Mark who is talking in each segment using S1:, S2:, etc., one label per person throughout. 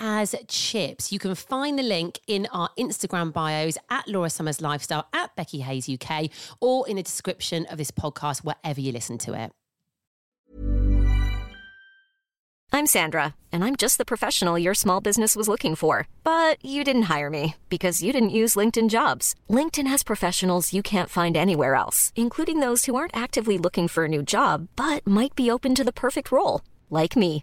S1: as chips. You can find the link in our Instagram bios at Laura Summers Lifestyle, at Becky Hayes UK, or in the description of this podcast, wherever you listen to it.
S2: I'm Sandra, and I'm just the professional your small business was looking for. But you didn't hire me because you didn't use LinkedIn jobs. LinkedIn has professionals you can't find anywhere else, including those who aren't actively looking for a new job but might be open to the perfect role, like me.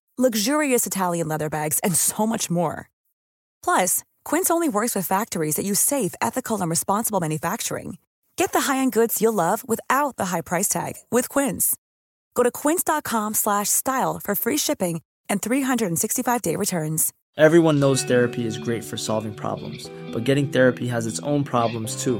S3: luxurious Italian leather bags, and so much more. Plus, Quince only works with factories that use safe, ethical, and responsible manufacturing. Get the high-end goods you'll love without the high price tag with Quince. Go to quince.com/style slash style for free shipping and 365-day returns.
S4: Everyone knows therapy is great for solving problems, but getting therapy has its own problems too,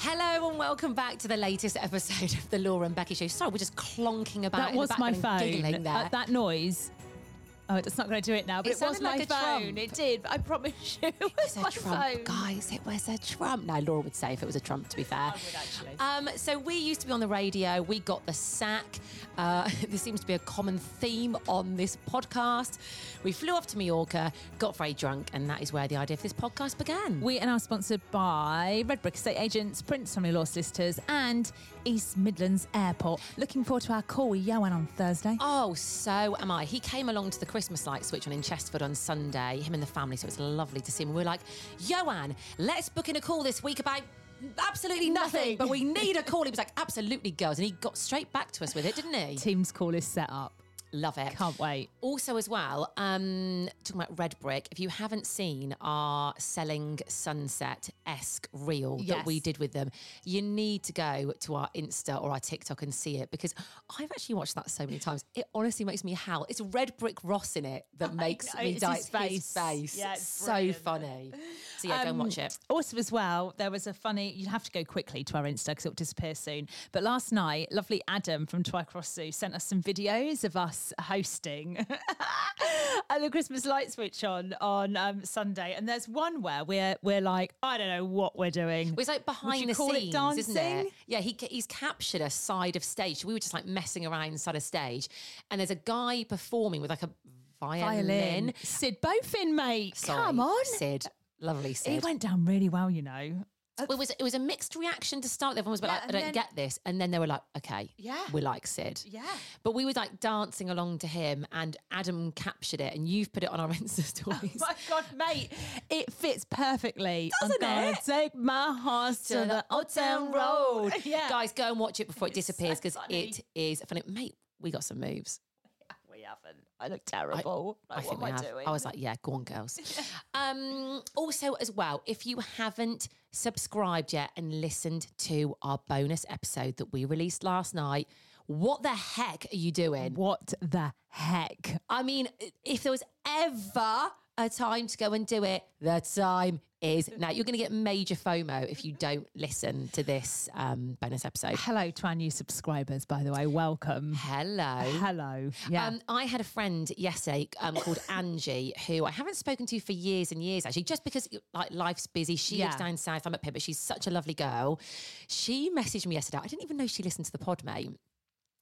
S1: Hello and welcome back to the latest episode of the Laura and Becky Show. Sorry, we're just clonking about.
S5: That
S1: in the
S5: was my
S1: background and
S5: phone.
S1: Giggling there.
S5: Uh, that noise. Oh, it's not going to do it now, but
S1: It
S5: it, was
S1: sounded
S5: my
S1: like a
S5: phone.
S1: trump.
S5: It did. I promise you. It was
S1: It's a
S5: my
S1: Trump,
S5: phone.
S1: guys. It was a Trump. No, Laura would say if it was a Trump. To be fair,
S5: would actually.
S1: Um, so we used to be on the radio. We got the sack. Uh, this seems to be a common theme on this podcast. We flew off to Mallorca, got very drunk, and that is where the idea of this podcast began.
S5: We are now sponsored by Redbrick Estate Agents, Prince Family Law Solicitors, and East Midlands Airport. Looking forward to our call with Johan on Thursday.
S1: Oh, so am I. He came along to the Christmas light switch on in Chesterford on Sunday, him and the family, so it's lovely to see him. We were like, Joanne, let's book in a call this week about absolutely nothing,
S5: Nothing.
S1: but we need a call. He was like, absolutely, girls. And he got straight back to us with it, didn't he?
S5: Team's call is set up.
S1: Love it.
S5: Can't wait.
S1: Also, as well, um, talking about Red Brick, if you haven't seen our Selling Sunset esque reel that
S5: Yes.
S1: we did with them, you need to go to our Insta or our TikTok and see it because I've actually watched that so many times. It honestly makes me howl. It's Red Brick Ross in it that makes
S5: know,
S1: me
S5: it's
S1: die.
S5: his face.
S1: face.
S5: Yeah, it's
S1: so
S5: brilliant.
S1: funny. So, yeah, go and
S5: Um,
S1: watch it.
S5: Also, as well, there was a funny, you'd have to go quickly to our Insta because it'll disappear soon. But last night, lovely Adam from Twycross Zoo sent us some videos of us hosting and the Christmas light switch on on um, Sunday. And there's one where we're, we're like, I don't know what we're doing.
S1: Well, It's like behind
S5: you
S1: the
S5: call it
S1: scenes, isn't it?
S5: dancing?
S1: Yeah, he, ca- he's captured a side of stage. We were just like messing around side of stage, and there's a guy performing with like a violin.
S5: Violin. Sid Bofin, mate.
S1: Sorry,
S5: Come on.
S1: Sid. Lovely Sid.
S5: It went down really well, you know.
S1: Well, it was it was a mixed reaction to start. with. Everyone was a bit
S5: Yeah,
S1: like, "I
S5: and
S1: don't
S5: then-
S1: get this," and then they were like, "Okay,
S5: Yeah.
S1: we like Sid."
S5: Yeah.
S1: But we were like dancing along to him, and Adam captured it, and you've put it on our Insta stories.
S5: Oh My God, mate, it fits perfectly.
S1: Doesn't
S5: I'm gonna
S1: it?
S5: take my horse to, the old town road. Yeah,
S1: Guys, go and watch it before it
S5: It's so
S1: disappears because
S5: funny.
S1: it is funny. Mate, we got some moves.
S5: we haven't. I look terrible.
S1: I think we have. I was like, yeah, go on, girls. um, also, as well, if you haven't subscribed yet and listened to our bonus episode that we released last night, what the heck are you doing?
S5: what the heck?
S1: I mean, if there was ever a time to go and do it, the time is now you're going to get major FOMO if you don't listen to this um, bonus episode.
S5: Hello to our new subscribers, by the way. Welcome.
S1: Hello.
S5: Hello. Yeah.
S1: Um, I had a friend yesterday um, called Angie, who I haven't spoken to for years and years, actually, just because like life's busy. She lives
S5: Yeah.
S1: down south. I'm up here, but she's such a lovely girl. She messaged me yesterday. I didn't even know she listened to the pod, mate.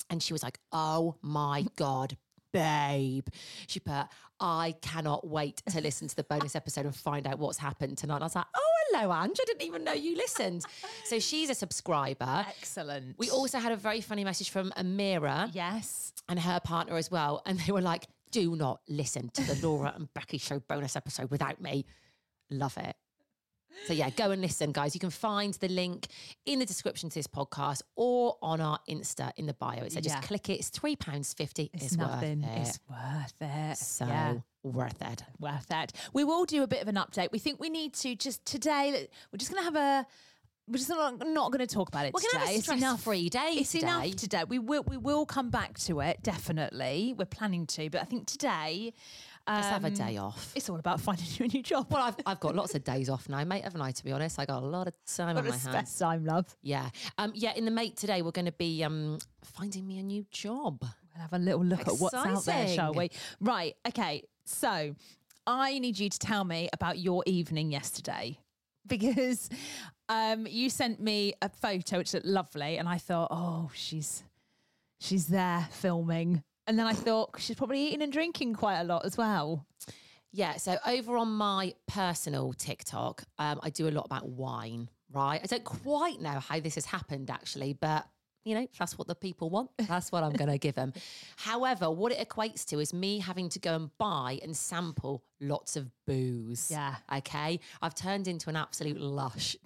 S1: And she was like, "Oh my god." Babe, she put, I cannot wait to listen to the bonus episode and find out what's happened tonight. And I was like, oh, hello, Ange. I didn't even know you listened. so she's a subscriber.
S5: Excellent.
S1: We also had a very funny message from Amira
S5: Yes.
S1: and her partner as well. And they were like, do not listen to the Laura and Becky show bonus episode without me. Love it. So, yeah, go and listen, guys. You can find the link in the description to this podcast or on our Insta in the bio. It said
S5: Yeah.
S1: just click it. It's £3.50. It's,
S5: It's, nothing.
S1: worth it.
S5: It's worth it.
S1: so
S5: Yeah.
S1: worth it.
S5: worth it. We will do a bit of an update. We think we need to just today. like, We're just going to have a. We're just not, not going to talk about it
S1: We're
S5: today.
S1: gonna have a stress-free day
S5: It's
S1: today.
S5: enough today. We will. We will come back to it definitely. We're planning to, but I think today
S1: Let's have a day off.
S5: Um, it's all about finding you a new job.
S1: Well, I've, I've got lots of days off now, mate, haven't I? To be honest, I got a lot of time
S5: Got
S1: on
S5: a
S1: my hands.
S5: spare time, love.
S1: Yeah. Um, yeah, in the mate today, we're going to be um, finding me a new job.
S5: We'll have a little look at what's out there, shall we?
S1: Exciting.
S5: Right. Okay. So I need you to tell me about your evening yesterday because um, you sent me a photo which looked lovely, and I thought, oh, she's she's there filming. And then I thought she's probably eating and drinking quite a lot as well.
S1: Yeah. So over on my personal TikTok, um, I do a lot about wine, right? I don't quite know how this has happened actually, but you know, that's what the people want. That's what I'm going to give them. However, what it equates to is me having to go and buy and sample lots of booze.
S5: Yeah.
S1: Okay. I've turned into an absolute lush.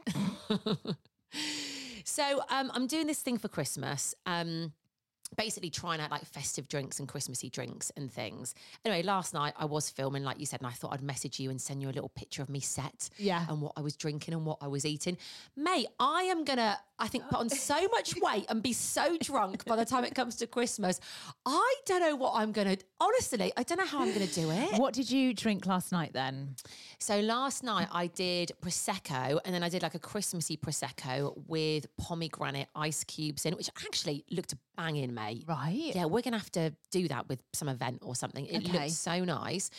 S1: so um, I'm doing this thing for Christmas. Um, basically trying out like festive drinks and Christmassy drinks and things. Anyway, last night I was filming, like you said, and I thought I'd message you and send you a little picture of me set.
S5: Yeah.
S1: And what I was drinking and what I was eating. Mate, I am gonna, I think, put on so much weight and be so drunk by the time it comes to Christmas. I don't know what I'm gonna honestly, I don't know how I'm gonna do it.
S5: What did you drink last night then?
S1: So last night I did prosecco, and then I did like a Christmassy prosecco with pomegranate ice cubes in, which actually looked banging, mate.
S5: Right.
S1: Yeah, we're gonna have to do that with some event or something. It
S5: Okay.
S1: looks so nice,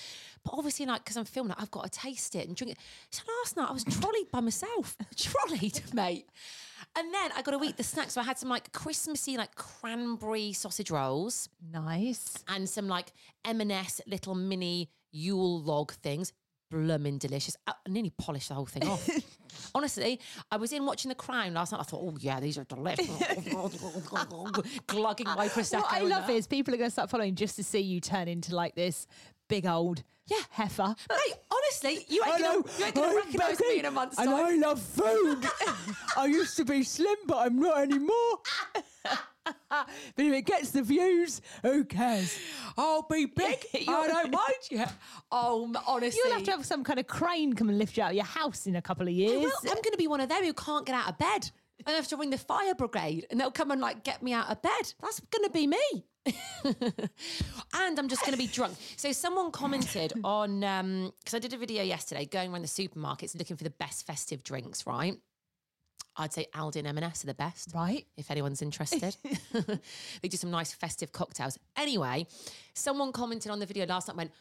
S1: but obviously, like because I'm filming, it, I've got to taste it and drink it. So last night I was trolleyed by myself, trolleyed, mate. And then I got to eat the snacks. So I had some like Christmassy, like cranberry sausage rolls
S5: Nice.
S1: and some like M&S little mini Yule log things. Bloomin' delicious. I nearly polished the whole thing off. Honestly, I was in watching The Crown last night. I thought, oh yeah, these are delicious. Glugging my prosecco.
S5: What I
S1: in
S5: love
S1: there.
S5: is people are going to start following just to see you turn into like this big old
S1: Yeah.
S5: heifer.
S1: Mate, honestly, you ain't gonna, you ain't gonna recognise me in a month's time.
S5: love food. I used to be slim, but I'm not anymore. but if it gets the views, who cares?
S1: I'll be big. I don't mind you. Oh, m- honestly.
S5: You'll have to have some kind of crane come and lift you out of your house in a couple of
S1: I
S5: years.
S1: will. I'm going to be one of them who can't get out of bed. I have to ring the fire brigade and they'll come and like get me out of bed. That's going to be me. and I'm just going to be drunk. So someone commented on because I did a video yesterday going around the supermarkets looking for the best festive drinks. Right? I'd say Aldi and M&S are the best
S5: Right.
S1: if anyone's interested. they do some nice festive cocktails. Anyway, someone commented on the video last night and went,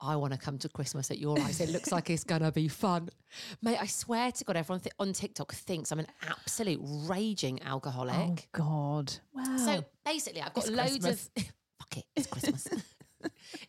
S1: I want to come to Christmas at your house. It looks like it's going to be fun. Mate, I swear to God, everyone th- on TikTok thinks I'm an absolute raging alcoholic.
S5: Oh, God. Wow.
S1: So basically, I've got
S5: Oh, It's
S1: loads
S5: Christmas.
S1: of. Fuck it, it's Christmas.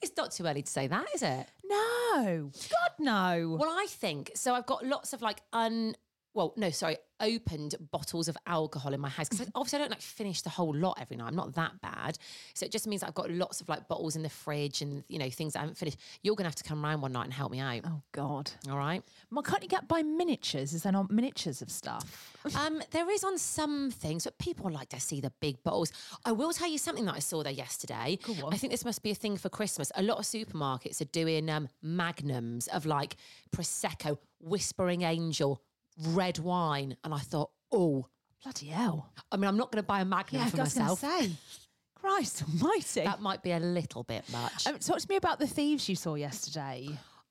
S1: it's not too early to say that, is it?
S5: no. God, no.
S1: Well, I think so. I've got lots of like un. Well, no, sorry, opened bottles of alcohol in my house because obviously I don't like finish the whole lot every night. I'm not that bad, so it just means I've got lots of like bottles in the fridge and you know things I haven't finished. You're gonna have to come round one night and help me out.
S5: Oh, God.
S1: All right.
S5: Well, can't you get by miniatures? Is there not miniatures of stuff?
S1: Um, there is on some things, but people like to see the big bottles. I will tell you something that I saw there yesterday. I think this must be a thing for Christmas. A lot of supermarkets are doing um, magnums of like Prosecco, Whispering Angel, red wine. And I thought, oh,
S5: Bloody hell.
S1: I mean, I'm not going to buy a magnum
S5: Yeah,
S1: for
S5: I was gonna
S1: myself.
S5: say. Christ almighty.
S1: That might be a little bit much.
S5: Um, talk to me about the thieves you saw yesterday.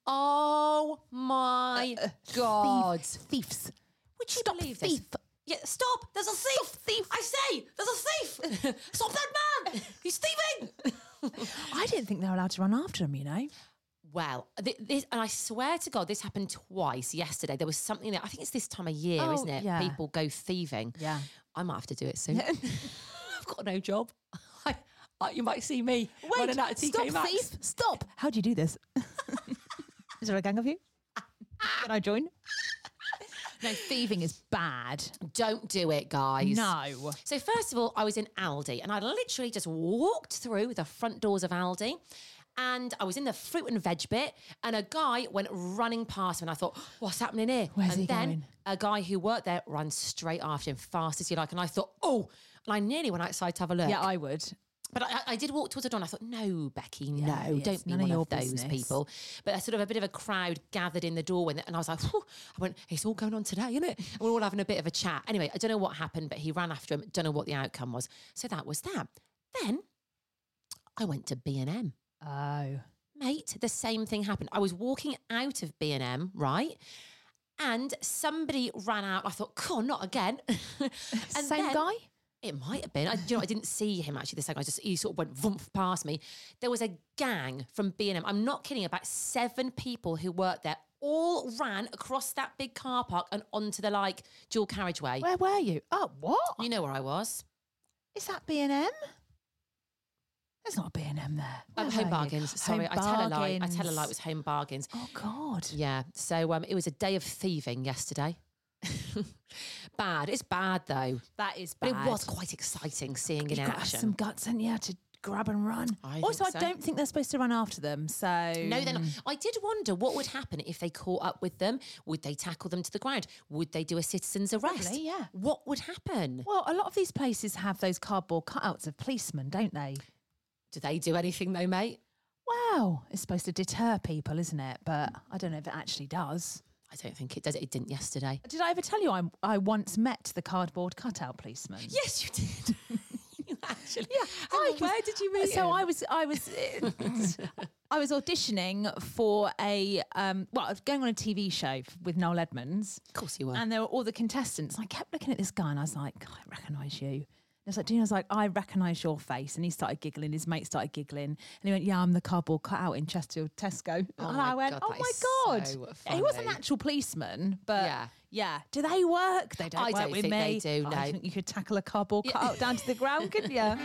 S1: Oh my God.
S5: Thieves.
S1: Would you
S5: Stop
S1: believe
S5: thief.
S1: this? Yeah, stop! There's a thief! thief! I say, there's a thief! stop that man! He's thieving!
S5: I didn't think they were allowed to run after him, you know.
S1: Well, th- this, and I swear to God, this happened twice yesterday. There was something that I think it's this time of year,
S5: Oh,
S1: isn't it?
S5: yeah.
S1: People go thieving.
S5: Yeah.
S1: I might have to do it soon. I've got no job. I, I, you might see me running
S5: uh,
S1: out of TK
S5: stop,
S1: Maxx.
S5: thief. Stop. How do you do this? Is there a gang of you? Can I join? no, thieving is bad.
S1: Don't do it, guys.
S5: No.
S1: So, first of all, I was in Aldi and I literally just walked through the front doors of Aldi and I was in the fruit and veg bit and a guy went running past me and I thought, what's happening here?
S5: Where's
S1: and
S5: he
S1: then
S5: going?
S1: a guy who worked there ran straight after him, fast as you like. And I thought, oh, and I nearly went outside to have a look.
S5: Yeah, I would.
S1: But I, I did walk towards the door and I thought, no, Becky,
S5: Yeah,
S1: no,
S5: it's
S1: don't be
S5: none
S1: one
S5: of
S1: of,
S5: your
S1: those
S5: business.
S1: people. But a sort of a bit of a crowd gathered in the doorway and- and I was like, Phew. I went, it's all going on today, isn't it? And we're all having a bit of a chat. Anyway, I don't know what happened, but he ran after him. Don't know what the outcome was. So that was that. Then I went to B&M.
S5: Oh.
S1: Mate, the same thing happened. I was walking out of B&M, right? And somebody ran out. I thought, God, not again. and
S5: Same
S1: then-
S5: guy?
S1: it might have been. I, do you know, I didn't see him actually. The second I just he sort of went voomph past me. There was a gang from B and M. I'm not kidding. About seven people who worked there all ran across that big car park and onto the like dual carriageway.
S5: Where were you? Oh, what?
S1: You know where I was.
S5: Is that B and M? There's not a B and M there.
S1: Um,
S5: Where
S1: home
S5: were you?
S1: bargains. Sorry,
S5: Home
S1: I tell a lie. I tell a lie. It
S5: Bargains.
S1: was home bargains.
S5: Oh God.
S1: Yeah. So um, it was a day of thieving yesterday. bad. It's bad though.
S5: That is
S1: But
S5: bad.
S1: it was quite exciting seeing
S5: You've
S1: in
S5: got to have
S1: action.
S5: some guts in you to grab and run.
S1: I think
S5: also,
S1: so.
S5: I don't think they're supposed to run after them. So
S1: No, they're not.
S5: Mm.
S1: I did wonder what would happen if they caught up with them. Would they tackle them to the ground? Would they do a citizen's arrest?
S5: Probably, yeah.
S1: What would happen?
S5: Well, a lot of these places have those cardboard cutouts of policemen, don't they?
S1: Do they do anything though, mate?
S5: Wow, it's supposed to deter people, isn't it? But I don't know if it actually does.
S1: I don't think it does. It didn't yesterday.
S5: Did I ever tell you I, I once met the cardboard cutout policeman?
S1: Yes, you did. You Actually, yeah.
S5: I was- So I was, I was, I was auditioning for a, um, well, I was going on a TV show f- with Noel Edmonds,
S1: Of course you were.
S5: and there were all the contestants. I kept looking at this guy, and I was like, "God, I recognise you. And I was like, Dean, I was like, I recognise your face. And he started giggling. His mate started giggling, and he went, Yeah, I'm the cardboard cutout in Chesterfield Tesco.
S1: Oh
S5: and
S1: my
S5: I went,
S1: God,
S5: Oh
S1: that
S5: my
S1: is
S5: God.
S1: so
S5: he was an
S1: funny.
S5: actual policeman, but
S1: Yeah.
S5: yeah. do they work? They don't
S1: I
S5: work
S1: don't
S5: with
S1: think they
S5: me. Oh,
S1: do,
S5: I
S1: no.
S5: think you could tackle a cardboard cutout down to the ground, couldn't you?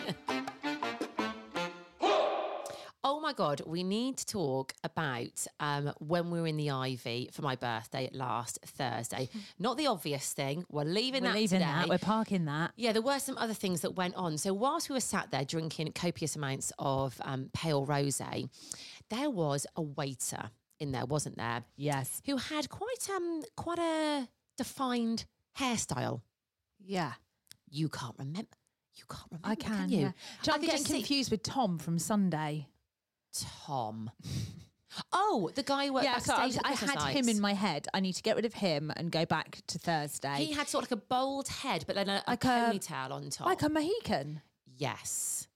S1: Oh my God, we need to talk about um, when we were in the Ivy for my birthday last Thursday. Not the obvious thing. We're leaving
S5: We're
S1: that
S5: leaving
S1: today.
S5: that. We're parking that.
S1: Yeah, there were some other things that went on. So whilst we were sat there drinking copious amounts of um, pale rosé, there was a waiter in there, wasn't there?
S5: Yes.
S1: Who had quite um quite a defined hairstyle.
S5: Yeah.
S1: You can't remember. You can't remember.
S5: I can.
S1: Oh, you?
S5: yeah. Do you know,
S1: I
S5: I'm
S1: could
S5: getting
S1: just see
S5: confused with Tom from Sunday.
S1: Tom. Oh, the guy who worked
S5: yeah, so I,
S1: backstage. at the
S5: I
S1: Christmas
S5: had
S1: lights.
S5: him in my head. I need to get rid of him and go back to Thursday.
S1: He had sort of like a bald head, but then a, a
S5: Like a-
S1: ponytail on top.
S5: like a Mohican.
S1: yes,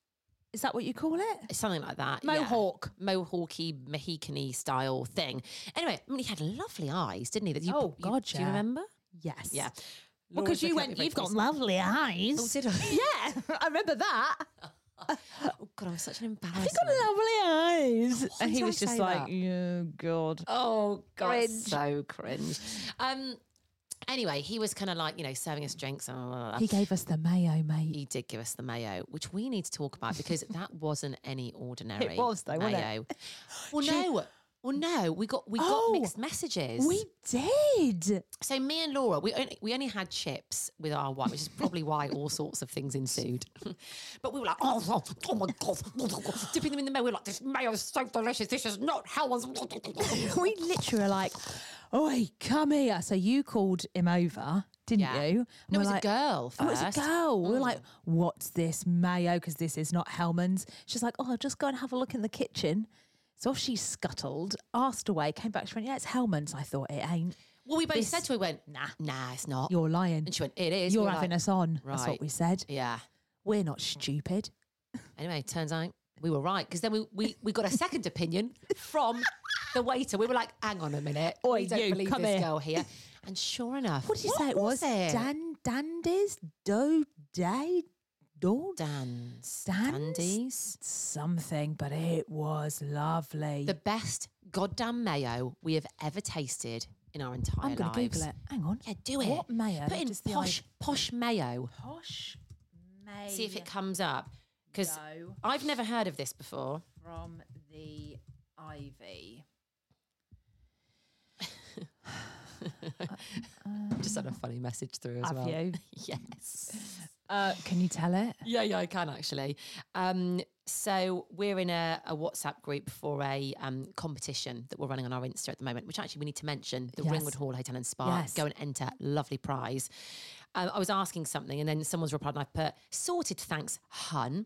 S5: Is that what you call it?
S1: something like that. yeah.
S5: Mohawk.
S1: Mohawky, Mohicany style thing. Anyway, I mean, he had lovely eyes, didn't he? That you,
S5: Oh,
S1: you-
S5: God,
S1: Do you
S5: yeah.
S1: remember?
S5: Yes.
S1: Yeah.
S5: Well, because you went, you've got lovely eyes.
S1: Oh, did I?
S5: Yeah, I remember that.
S1: Oh, God, I'm such an
S5: You've
S1: embarrassment.
S5: got lovely eyes.
S1: Why
S5: and he
S1: did I
S5: was just
S1: say
S5: like,
S1: that?
S5: yeah, God.
S1: Oh, God,
S5: Cringe.
S1: so cringe. Um, anyway, he was kind of like, you know, serving us drinks. And blah, blah, blah.
S5: He gave us the mayo, mate.
S1: He did give us the mayo, which we need to talk about because that wasn't any ordinary.
S5: was though, wasn't it?
S1: mayo. Well,
S5: She-
S1: no. Well, no, we got we got
S5: Oh,
S1: mixed messages.
S5: We did.
S1: So me and Laura, we only we only had chips with our wine, which is probably why all sorts of things ensued. but we were like, oh, oh, oh my god, oh my God," dipping them in the mayo, we were like this mayo is so delicious. This is not how one's.
S5: we literally are like, oi, come here. So you called him over, didn't
S1: Yeah.
S5: you? And
S1: No, it
S5: we're
S1: was a
S5: like-
S1: girl
S5: Oh, it was
S1: first. Mm.
S5: a girl. We were like, what's this mayo? Because this is not Hellman's. She's like, oh, I'll just go and have a look in the kitchen. So off she scuttled, asked away, came back. She went, yeah, it's Hellman's. I thought it ain't.
S1: well, we both
S5: This-
S1: said to her, we went, nah, nah, it's not.
S5: You're lying.
S1: and she went, it is.
S5: You're
S1: We were
S5: having
S1: like,
S5: us on. That's
S1: "Right."
S5: what we said.
S1: Yeah.
S5: We're not stupid.
S1: Anyway, turns out we were right because then we, we we got a second opinion from the waiter. We were like, hang on a minute.
S5: Oi,
S1: we don't
S5: you,
S1: believe
S5: come
S1: this
S5: here."
S1: girl here. And sure enough,
S5: What did you say it was? Dan Dandies? Do Day? Do
S1: Dan's.
S5: Dan's?
S1: Dandies.
S5: Something, but it was lovely.
S1: The best goddamn mayo we have ever tasted in our entire
S5: I'm going to
S1: lives.
S5: Google it. Hang on.
S1: Yeah, do it.
S5: What mayo?
S1: Put in
S5: does the I-
S1: posh, posh mayo.
S5: posh mayo.
S1: See if it comes up. Because
S5: No.
S1: I've never heard of this before.
S5: from the ivy.
S1: Just had a funny message through as
S5: Have
S1: well.
S5: you?
S1: yes.
S5: Uh, can you tell it?
S1: Yeah, yeah, I can actually. Um, so we're in a, a WhatsApp group for a um, competition that we're running on our Insta at the moment, which actually we need to mention the
S5: Yes.
S1: Ringwood Hall Hotel and Spa.
S5: Yes.
S1: Go and enter, lovely prize. Um, I was asking something, and then someone's replied, and I put sorted, thanks, hun.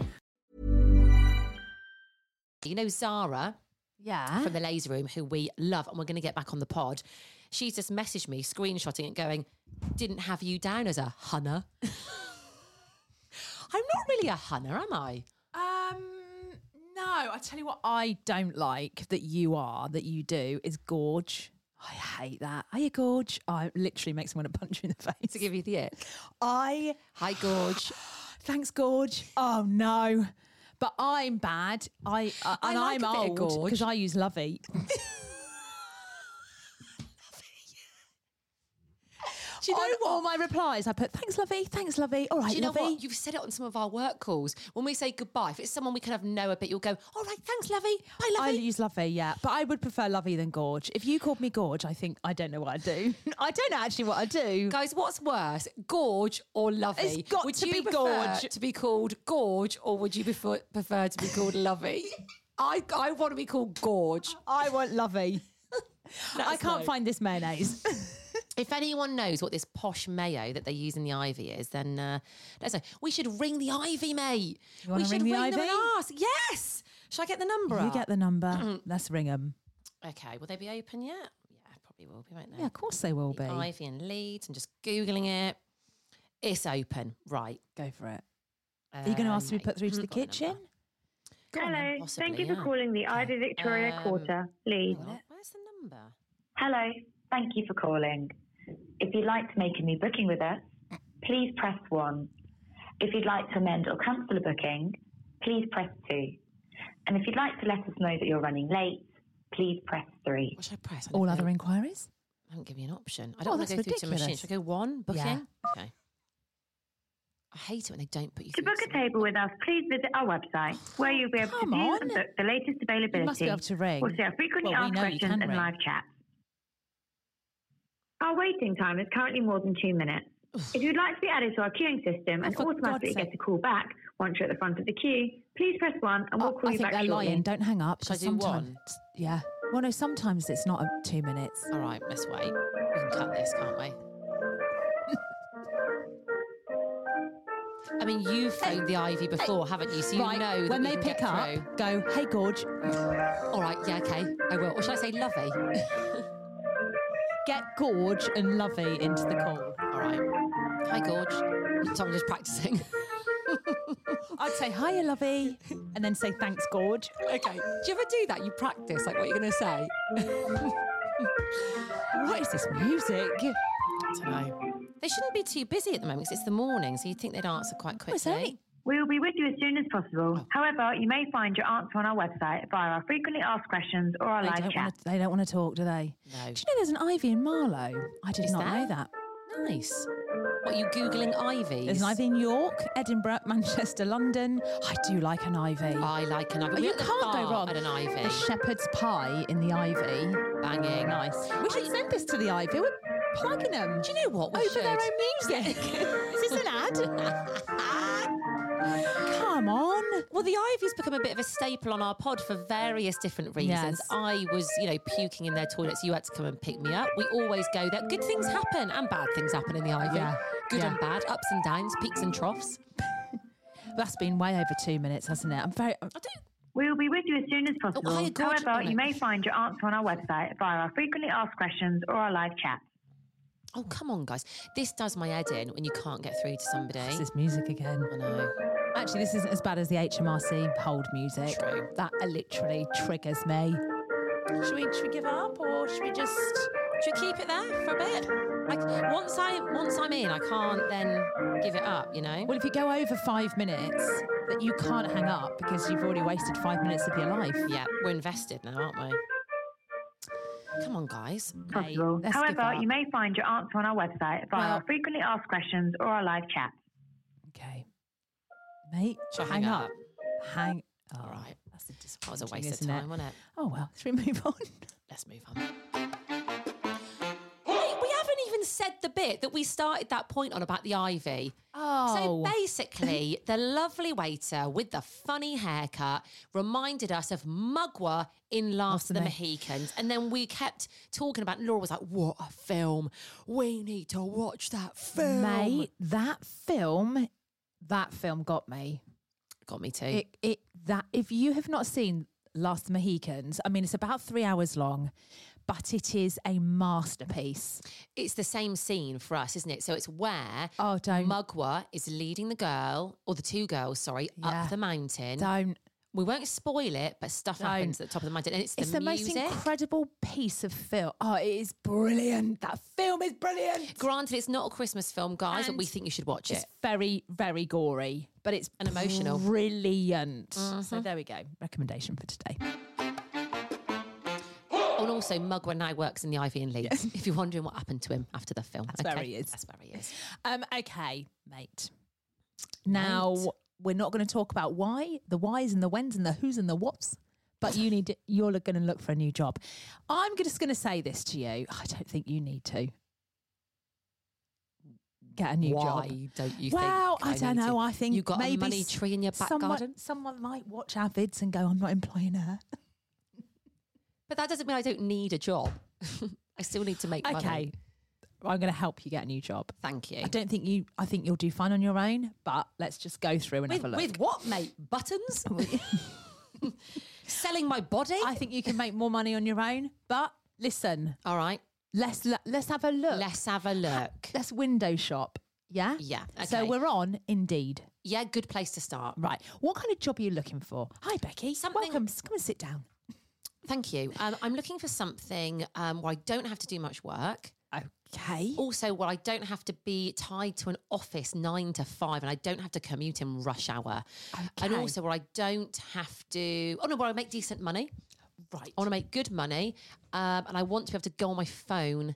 S1: You know Zara
S5: Yeah.
S1: from the Laser Room, who we love, and we're going to get back on the pod. She's just messaged me, screenshotting it, going, "Didn't have you down as a hunner." I'm not really a hunner, am I?
S5: Um. No, I tell you what, I don't like that you are that you do is gorge. I hate that. Are you gorge? I it literally makes me want to punch you in the face.
S1: To give you the ick.
S5: I
S1: Hi, Gorge.
S5: Thanks, Gorge. Oh no, but I'm bad. I uh,
S1: I
S5: and
S1: like
S5: I'm
S1: a bit of
S5: old
S1: gorge.
S5: because I use Lovey. Do you know what? All my replies, I put thanks, Lovey. Thanks, Lovey. All right,
S1: Do you know
S5: Lovey.
S1: what? You've said it on some of our work calls. When we say goodbye, if it's someone we kind of know a bit, you'll go, all right, thanks, Lovey. Bye,
S5: I
S1: Lovey.
S5: use Lovey, yeah, but I would prefer Lovey than Gorge. If you called me Gorge, I think I don't know what I'd do. I don't know actually what I'd do.
S1: Guys, what's worse, Gorge or Lovey?
S5: It's got
S1: would
S5: to
S1: you
S5: be
S1: prefer
S5: Gorge.
S1: To be called Gorge, or would you prefer, prefer to be called Lovey? I, I want to be called Gorge.
S5: I want Lovey. I
S1: That's
S5: can't
S1: no-
S5: find this mayonnaise.
S1: If anyone knows what this posh mayo that they use in the ivy is, then uh, let's know. We should ring the ivy, mate. we
S5: wanna
S1: should
S5: ring the
S1: them and
S5: Ivy?
S1: ask. Yes. Should I get the number?
S5: you
S1: up?
S5: get the number. Let's ring them.
S1: Okay. Will they be open yet? Yeah, probably will be, won't they?
S5: Yeah, of course they will be.
S1: Ivy and Leeds. I'm just googling it. It's open, right? hmm.
S5: Go for it. Are you going to ask
S1: Um,
S5: to be put through
S1: mm,
S5: to the kitchen?
S6: Hello. Thank you for calling the Ivy Victoria Quarter,
S1: Where's
S6: Leeds.
S1: the number?
S6: Hello. Thank you for calling. If you'd like to make a new booking with us, please press one. If you'd like to amend or cancel a booking, please press two. And if you'd like to let us know that you're running late, please press three.
S1: What should I press? I
S5: All
S1: don't
S5: other
S1: know.
S5: inquiries?
S1: I won't give you an option. I don't
S5: Oh,
S1: want to go
S5: that's
S1: through two machines.
S5: ridiculous.
S1: Should I go one booking?
S5: Yeah.
S1: Okay. I hate it when they don't put you
S6: To
S1: through
S6: book a table with us, please visit our website, where you'll be able to
S5: Come
S6: view
S5: on.
S6: and book the latest availability.
S5: You must be able to ring.
S6: We'll see our frequently
S5: Well, we
S6: asked
S5: know you
S6: questions
S5: can
S6: and
S5: ring.
S6: live chats. Our waiting time is currently more than two minutes. If you'd like to be added to our queuing system
S5: Oh,
S6: and
S5: for
S6: automatically
S5: God's sake.
S6: get a call back once you're at the front of the queue, please press one and we'll
S5: Oh,
S6: call
S5: I
S6: you
S5: think
S6: back
S5: they're
S6: shortly.
S5: lying. Don't hang up.
S1: Should I do
S5: Sometime-
S1: one?
S5: Yeah. Well, no, sometimes it's not a two minutes.
S1: All right, let's wait. We can cut this, can't we? I mean, you've phoned the Ivy before, haven't you? So you
S5: right.
S1: know that
S5: when
S1: we
S5: they
S1: can
S5: pick
S1: get
S5: up,
S1: through.
S5: go, hey, Gorge,
S1: All right, yeah, okay, I will. Or should I say lovey?
S5: get Gorge and Lovey into the call.
S1: All right. Hi, Gorge. Tom just practicing.
S5: I'd say, hiya, Lovey, and then say, thanks, Gorge.
S1: okay. Do you ever do that? You practice, like what you're going to say?
S5: What is this music?
S1: I don't know. They shouldn't be too busy at the moment 'cause it's the morning, so you'd think they'd answer quite
S5: Oh,
S1: quickly.
S5: is there any-
S6: We will be with you as soon as
S5: Oh.
S6: possible. However, you may find your answer on our website via our frequently asked questions or our
S5: They
S6: live
S5: don't,
S6: chat.
S5: want to, they don't want to talk, do they?
S1: No.
S5: Do you know there's an Ivy in Marlow? I did
S1: Is
S5: not know
S1: there?
S5: that.
S1: Nice. What are you Googling ivies?
S5: There's an Ivy in York, Edinburgh, Manchester, London. I do like an Ivy.
S1: I like an ivy. Oh, We
S5: Oh, you
S1: were at the
S5: can't go
S1: bar
S5: wrong
S1: At an ivy.
S5: The shepherd's pie in the Ivy.
S1: Banging.
S5: Nice. We should send this to the Ivy. We're plugging them.
S1: Do you know what? We
S5: Over
S1: should.
S5: their own music. Is this an ad? Come on.
S1: Well, the ivy's become a bit of a staple on our pod for various different reasons.
S5: Yes.
S1: I was, you know, puking in their toilets. You had to come and pick me up. We always go there. Good things happen and bad things happen in the ivy.
S5: Yeah.
S1: Good
S5: Yeah.
S1: and bad, ups and downs, peaks and troughs.
S5: That's been way over two minutes, hasn't it? I'm very.
S6: We will be with you as soon as possible.
S1: hiya, gorge.
S6: However,
S1: Oh,
S6: you
S1: no.
S6: may find your answer on our website via our frequently asked questions or our live chat.
S1: Oh, come on, guys. This does my head in when you can't get through to somebody.
S5: It's this music again.
S1: I know.
S5: Actually, this isn't as bad as the HMRC hold music.
S1: True.
S5: That literally triggers me. Should we, should we give up or should we just.
S1: Should we keep it there for a bit? Like once I once I'm in, I can't then give it up. You know.
S5: Well, if you go over five minutes, that you can't hang up because you've already wasted five minutes of your life.
S1: Yeah, we're invested now, aren't we? Come on, guys.
S6: Possible.
S5: let's give
S6: However,
S5: up.
S6: you may find your answer on our website via
S5: Well-
S6: our frequently asked questions or our live chat.
S5: Okay. Mate,
S1: Shall I
S5: hang,
S1: hang
S5: up.
S1: up?
S5: Hang. All
S1: right.
S5: That's a
S1: That was a
S5: disappointing,
S1: waste of
S5: isn't it?
S1: time, wasn't it?
S5: Oh, well, should we move on?
S1: Let's move on. Wait, we haven't even said the bit that we started that point on about the ivy.
S5: Oh.
S1: So basically, the lovely waiter with the funny haircut reminded us of Mugwa in Last of the Mohicans. And then we kept talking about, Laura was like, What a film. We need to watch that film.
S5: Mate, that film, that film got me.
S1: Got me too.
S5: It, it that if you have not seen Last Mohicans, I mean, it's about three hours long, but it is a masterpiece.
S1: it's the same scene for us, isn't it? So it's where
S5: Oh, don't,
S1: Mugwa is leading the girl, or the two girls, sorry,
S5: Yeah.
S1: up the mountain.
S5: don't.
S1: We won't spoil it, but stuff
S5: Don't.
S1: happens at the top of the mountain. And it's the,
S5: it's the
S1: music.
S5: most incredible piece of film. Oh, it is brilliant. That film is brilliant.
S1: Granted, it's not a Christmas film, guys, but we
S5: And
S1: think you should watch
S5: It's
S1: it.
S5: very, very gory, but it's
S1: And emotional. Mm-hmm.
S5: Brilliant. So there we go. Recommendation for today.
S1: And also, Mugwa now works in the Ivy in Leeds. If you're wondering what happened to him after the film, that's
S5: where he is.
S1: That's where he is.
S5: Um, okay, mate. Now we're not going to talk about why, the whys and the whens and the whos and the whats. But you need you're going to look for a new job. I'm just going to say this to you. I don't think you need to get a new
S1: Why
S5: job.
S1: don't you?
S5: well,
S1: think
S5: I don't
S1: need to-
S5: know. I think
S1: you got
S5: maybe
S1: a money
S5: s-
S1: tree in your back
S5: someone,
S1: garden,
S5: Someone might watch our vids and go, "I'm not employing her."
S1: but that doesn't mean I don't need a job. I still need to make money.
S5: Okay, I'm going to help you get a new job.
S1: thank you.
S5: I don't think you. I think you'll do fine on your own. But let's just go through and
S1: With,
S5: have a look.
S1: with what, mate? Buttons? Selling my body?
S5: I think you can make more money on your own. But listen,
S1: All right,
S5: let's l- let's have a look.
S1: let's have a look.
S5: let's window shop. Yeah.
S1: Yeah,
S5: So
S1: okay.
S5: we're on Indeed.
S1: Yeah, good place to start.
S5: Right. What kind of job are you looking for? Hi, Becky.
S1: Something-
S5: Welcome. S- Come and sit down.
S1: Thank you. Um, I'm looking for something um, where I don't have to do much work.
S5: Okay.
S1: Also, where I don't have to be tied to an office nine to five and I don't have to commute in rush hour. And
S5: Okay.
S1: also where I don't have to, oh no, where I make decent money.
S5: Right.
S1: I want to make good money um, and I want to be able to go on my phone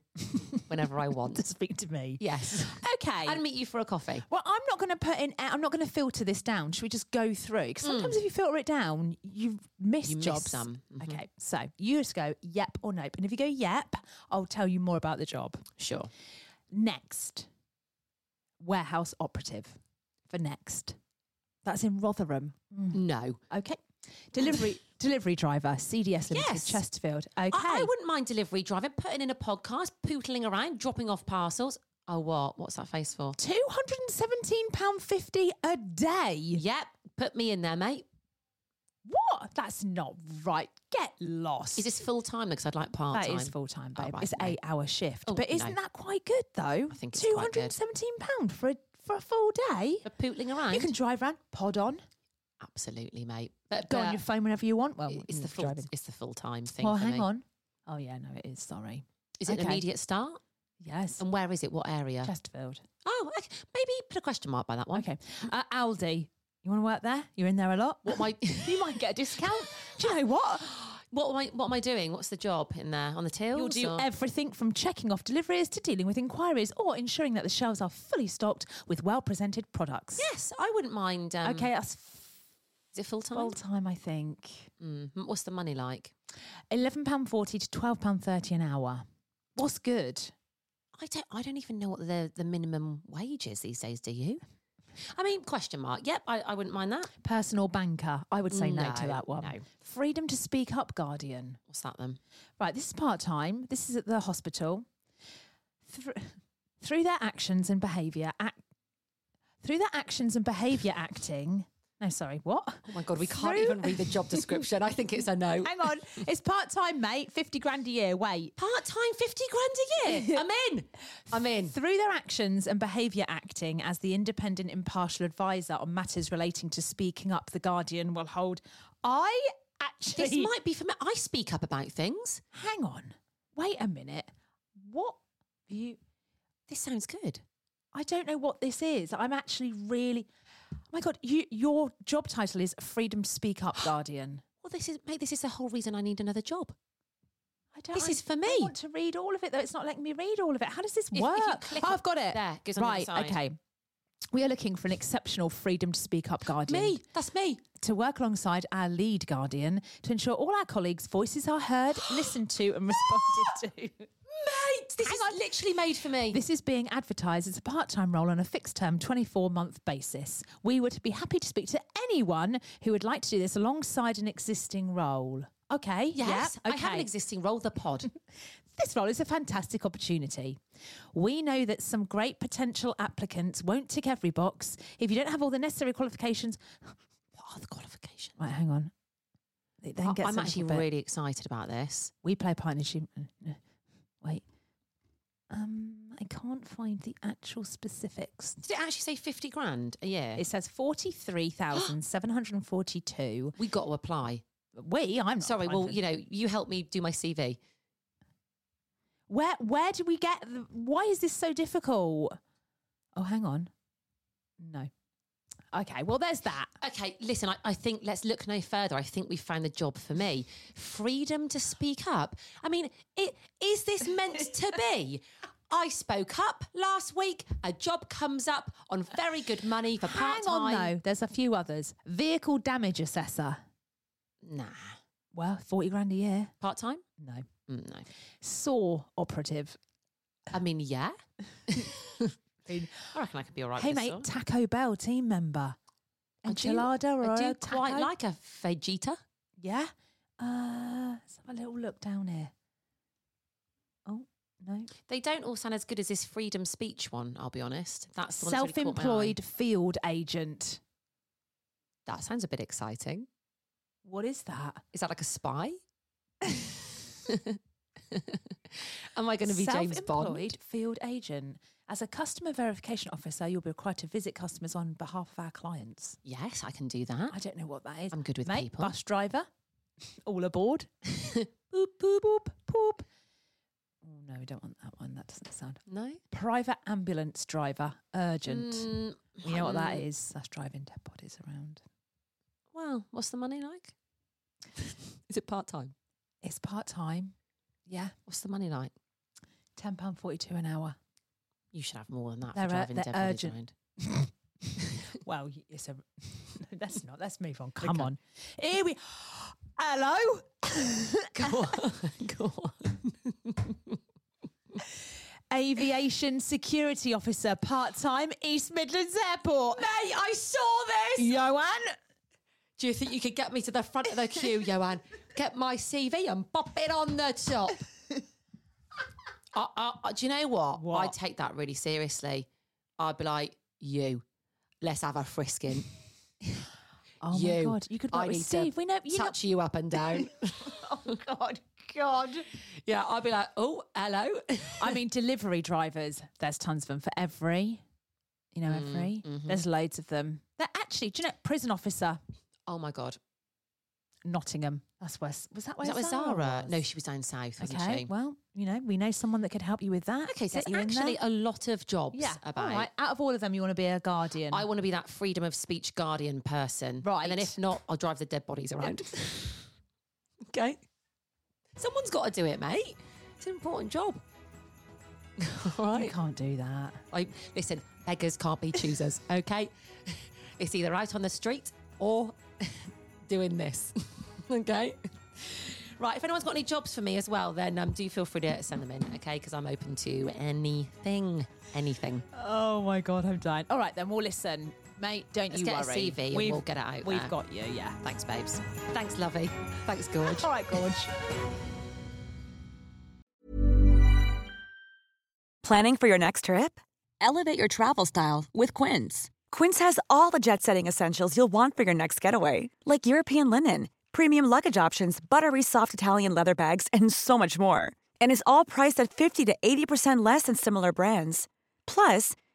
S1: whenever I want.
S5: speak to me.
S1: yes.
S5: Okay.
S1: And meet you for a coffee.
S5: well, I'm not going to put in. I'm not going to filter this down. Should we just go through? 'Cause sometimes if you filter it down, you miss
S1: Mm. You miss
S5: jobs.
S1: some. Mhm.
S5: Okay, so you just go yep or nope, and if you go yep, I'll tell you more about the job.
S1: Sure.
S5: Next, warehouse operative for next. That's in Rotherham.
S1: No.
S5: Okay. Delivery delivery driver, CDS Limited,
S1: Yes.
S5: Chesterfield. Okay.
S1: I, I wouldn't mind delivery driving, putting in a podcast, pootling around, dropping off parcels. Oh, what? What's that face for?
S5: £217.50 a day.
S1: Yep, put me in there, mate.
S5: What? That's not right. Get lost.
S1: Is this full time? Because I'd like part
S5: that
S1: time.
S5: is full time,
S1: Oh,
S5: babe.
S1: right,
S5: it's
S1: okay.
S5: eight hour shift.
S1: Oh,
S5: but isn't
S1: no.
S5: that quite good though?
S1: I think it's
S5: two
S1: quite
S5: hundred
S1: good.
S5: and seventeen pound for a for a full day.
S1: For pootling around?
S5: You can drive around, pod on,
S1: Absolutely, mate. But,
S5: go
S1: but
S5: on your phone whenever you want. Well,
S1: It's
S5: mm,
S1: the full.
S5: driving.
S1: It's the full time thing.
S5: Well,
S1: for
S5: hang
S1: me.
S5: on. Oh yeah, no, it is. Sorry.
S1: Is it an
S5: Okay.
S1: immediate start?
S5: Yes.
S1: And where is it? What area?
S5: Chesterfield.
S1: Oh, okay. maybe put a question mark by that one.
S5: Okay. Uh, Aldi. You want to work there? You're in there a lot.
S1: What my
S5: you might get a discount. Do you know what?
S1: what am I what am I doing? What's the job in there on the tills?
S5: You'll do
S1: or-
S5: everything from checking off deliveries to dealing with inquiries or ensuring that the shelves are fully stocked with well presented products.
S1: yes, I wouldn't mind. Um,
S5: Okay, that's
S1: is it full time?
S5: full time, I think.
S1: Mm, What's the money like?
S5: £11.40 to £12.30 an hour. What's good?
S1: I don't. I don't even know what the the minimum wage is these days. Do you? I mean, question mark. Yep, I, I wouldn't mind that.
S5: Personal banker. I would say no, to
S1: No,
S5: that one.
S1: no.
S5: Freedom to speak up, Guardian.
S1: What's that then?
S5: Right, this is part time. This is at the hospital. Thr- through their actions and behaviour, ac- through their actions and behaviour acting. No, sorry, what?
S1: Oh my god, we can't
S5: Through-
S1: even read the job description. I think it's a no.
S5: Hang on, it's part time, mate. Fifty grand a year. Wait.
S1: Part time, fifty grand a year. I'm in. I'm in.
S5: Through their actions and behaviour acting as the independent impartial advisor on matters relating to speaking up, The Guardian will hold. I actually.
S1: This might be for me. I speak up about things.
S5: Hang on. Wait a minute. What you.
S1: This sounds good.
S5: I don't know what this is. I'm actually really. Oh my God, you, your job title is Freedom to Speak Up Guardian.
S1: Well, this is mate. This is the whole reason I need another job.
S5: I don't,
S1: This
S5: I-
S1: is for
S5: I
S1: me.
S5: want to read all of it, though. It's not letting me read all of it. How does this
S1: if you
S5: work?
S1: click
S5: Oh,
S1: on-
S5: I've got it.
S1: there, it goes on the
S5: right,
S1: other side.
S5: okay. We are looking for an exceptional Freedom to Speak Up Guardian.
S1: Me. That's me.
S5: to work alongside our lead guardian to ensure all our colleagues' voices are heard, listened to, and responded to.
S1: Mate, this is literally made for me.
S5: This is being advertised as a part time role on a fixed term 24 month basis. We would be happy to speak to anyone who would like to do this alongside an existing role. Okay.
S1: yes,
S5: yeah,
S1: I have an
S5: okay.
S1: existing role, the pod.
S5: This role is a fantastic opportunity. We know that some great potential applicants won't tick every box. If you don't have all the necessary qualifications,
S1: what are the qualifications?
S5: right, hang on. It then
S1: I-
S5: gets
S1: I'm
S5: a
S1: actually
S5: little bit-
S1: really excited about this.
S5: We play partnership. uh, Wait. Um, I can't find the actual specifics.
S1: Did it actually say 50 grand a year?
S5: It says 43,742.
S1: we got to apply.
S5: We, I'm not
S1: Sorry, well,
S5: finding-
S1: you know, you helped me do my CV.
S5: Where where do we get the, why is this so difficult? Oh, hang on. No. Okay, well there's that.
S1: Okay, listen, I, I think let's look no further. I think we found the job for me. Freedom to speak up. I mean, it, is this meant to be? I spoke up last week. A job comes up on very good money for part
S5: Hang on
S1: time.
S5: though, there's a few others. Vehicle damage assessor.
S1: Nah.
S5: Well, 40 grand a year.
S1: Part time?
S5: No.
S1: Mm, no.
S5: Saw operative.
S1: I mean, yeah. I reckon I could be all right
S5: hey
S1: with
S5: mate,
S1: this sort.
S5: Taco Bell team member.
S1: I do-
S5: Enchilada or
S1: I do
S5: a
S1: quite
S5: taco?
S1: like a Vegeta.
S5: Yeah. Uh, let's have a little look down here. Oh no.
S1: They don't all sound as good as this freedom speech one, I'll be honest. That's the one that's really caught my eye.
S5: Self-employed field agent.
S1: That sounds a bit exciting.
S5: What is that?
S1: Is that like a spy? Am I going to be James Bond?
S5: Self-employed field agent. As a customer verification officer, you'll be required to visit customers on behalf of our clients.
S1: Yes, I can do that.
S5: I don't know what that is.
S1: I'm good with
S5: Mate,
S1: people.
S5: Bus driver. All aboard. boop boop boop boop. Oh no, we don't want that one. That doesn't sound.
S1: No.
S5: Private ambulance driver. Urgent.
S1: Mm,
S5: You know what that
S1: mm,
S5: is? That's driving dead bodies around.
S1: Well, what's the money like? Is it part time?
S5: It's part time. Yeah,
S1: What's the money like?
S5: ten pound forty two an hour.
S1: You should have more than that
S5: They're, uh,
S1: for driving
S5: they're
S1: dead bodies
S5: urgent.
S1: around.
S5: well, y- it's a. Let's not. Let's move on. Come on. Here we. Hello.
S1: Go on. Go on.
S5: Aviation security officer, part time, East Midlands Airport.
S1: Mate, I saw this.
S5: Joanne.
S1: Do you think you could get me to the front of the queue, Joanne? Get my CV and pop it on the top. I, I, I- do you know what? I take that really seriously. I'd be like, you, let's have a frisking.
S5: Oh
S1: you,
S5: my God! You could work
S1: I
S5: with
S1: need
S5: Steve.
S1: To
S5: We know you.
S1: touch you up and down.
S5: oh God, God.
S1: yeah, I'd be like, oh, hello.
S5: I mean, delivery drivers. There's tons of them for every. You
S1: Mm,
S5: know,
S1: mm-hmm.
S5: every. There's loads of them. They're actually, do you know, prison officer.
S1: oh my god,
S5: Nottingham. That's where was that where
S1: Was that with
S5: Zara?
S1: Zara?
S5: was?
S1: No, she was down south, wasn't
S5: okay.
S1: she?
S5: Well, you know, we know someone that could help you with that.
S1: okay, so
S5: Get
S1: there's
S5: you in there.
S1: actually a lot of jobs
S5: yeah. all
S1: about.
S5: right. Out of all of them, you want to be a guardian.
S1: I want to be that freedom of speech guardian person. And then
S5: Right.
S1: if not, I'll drive the dead bodies around. okay. Someone's got to do it, mate. It's an important job. All
S5: You
S1: right.
S5: can't do that.
S1: I, listen, beggars can't be choosers, okay? It's either out on the street or doing this, okay? Right, if anyone's got any jobs for me as well, then um, do feel free to send them in, okay? Because I'm open to anything, anything.
S5: Oh my god, I'm dying. All right, then we'll listen, mate. Don't
S1: Let's
S5: you
S1: get a
S5: worry.
S1: CV and we'll get it out
S5: We've
S1: there.
S5: got you. Yeah.
S1: Thanks, babes. Thanks, lovey. Thanks, Gorge.
S5: All right, Gorge.
S3: Planning for your next trip?
S7: Elevate your travel style with Quince.
S3: Quince has all the jet setting essentials you'll want for your next getaway, like European linen, premium luggage options, buttery soft Italian leather bags, and so much more. And is all priced at 50 to 80% less than similar brands. Plus,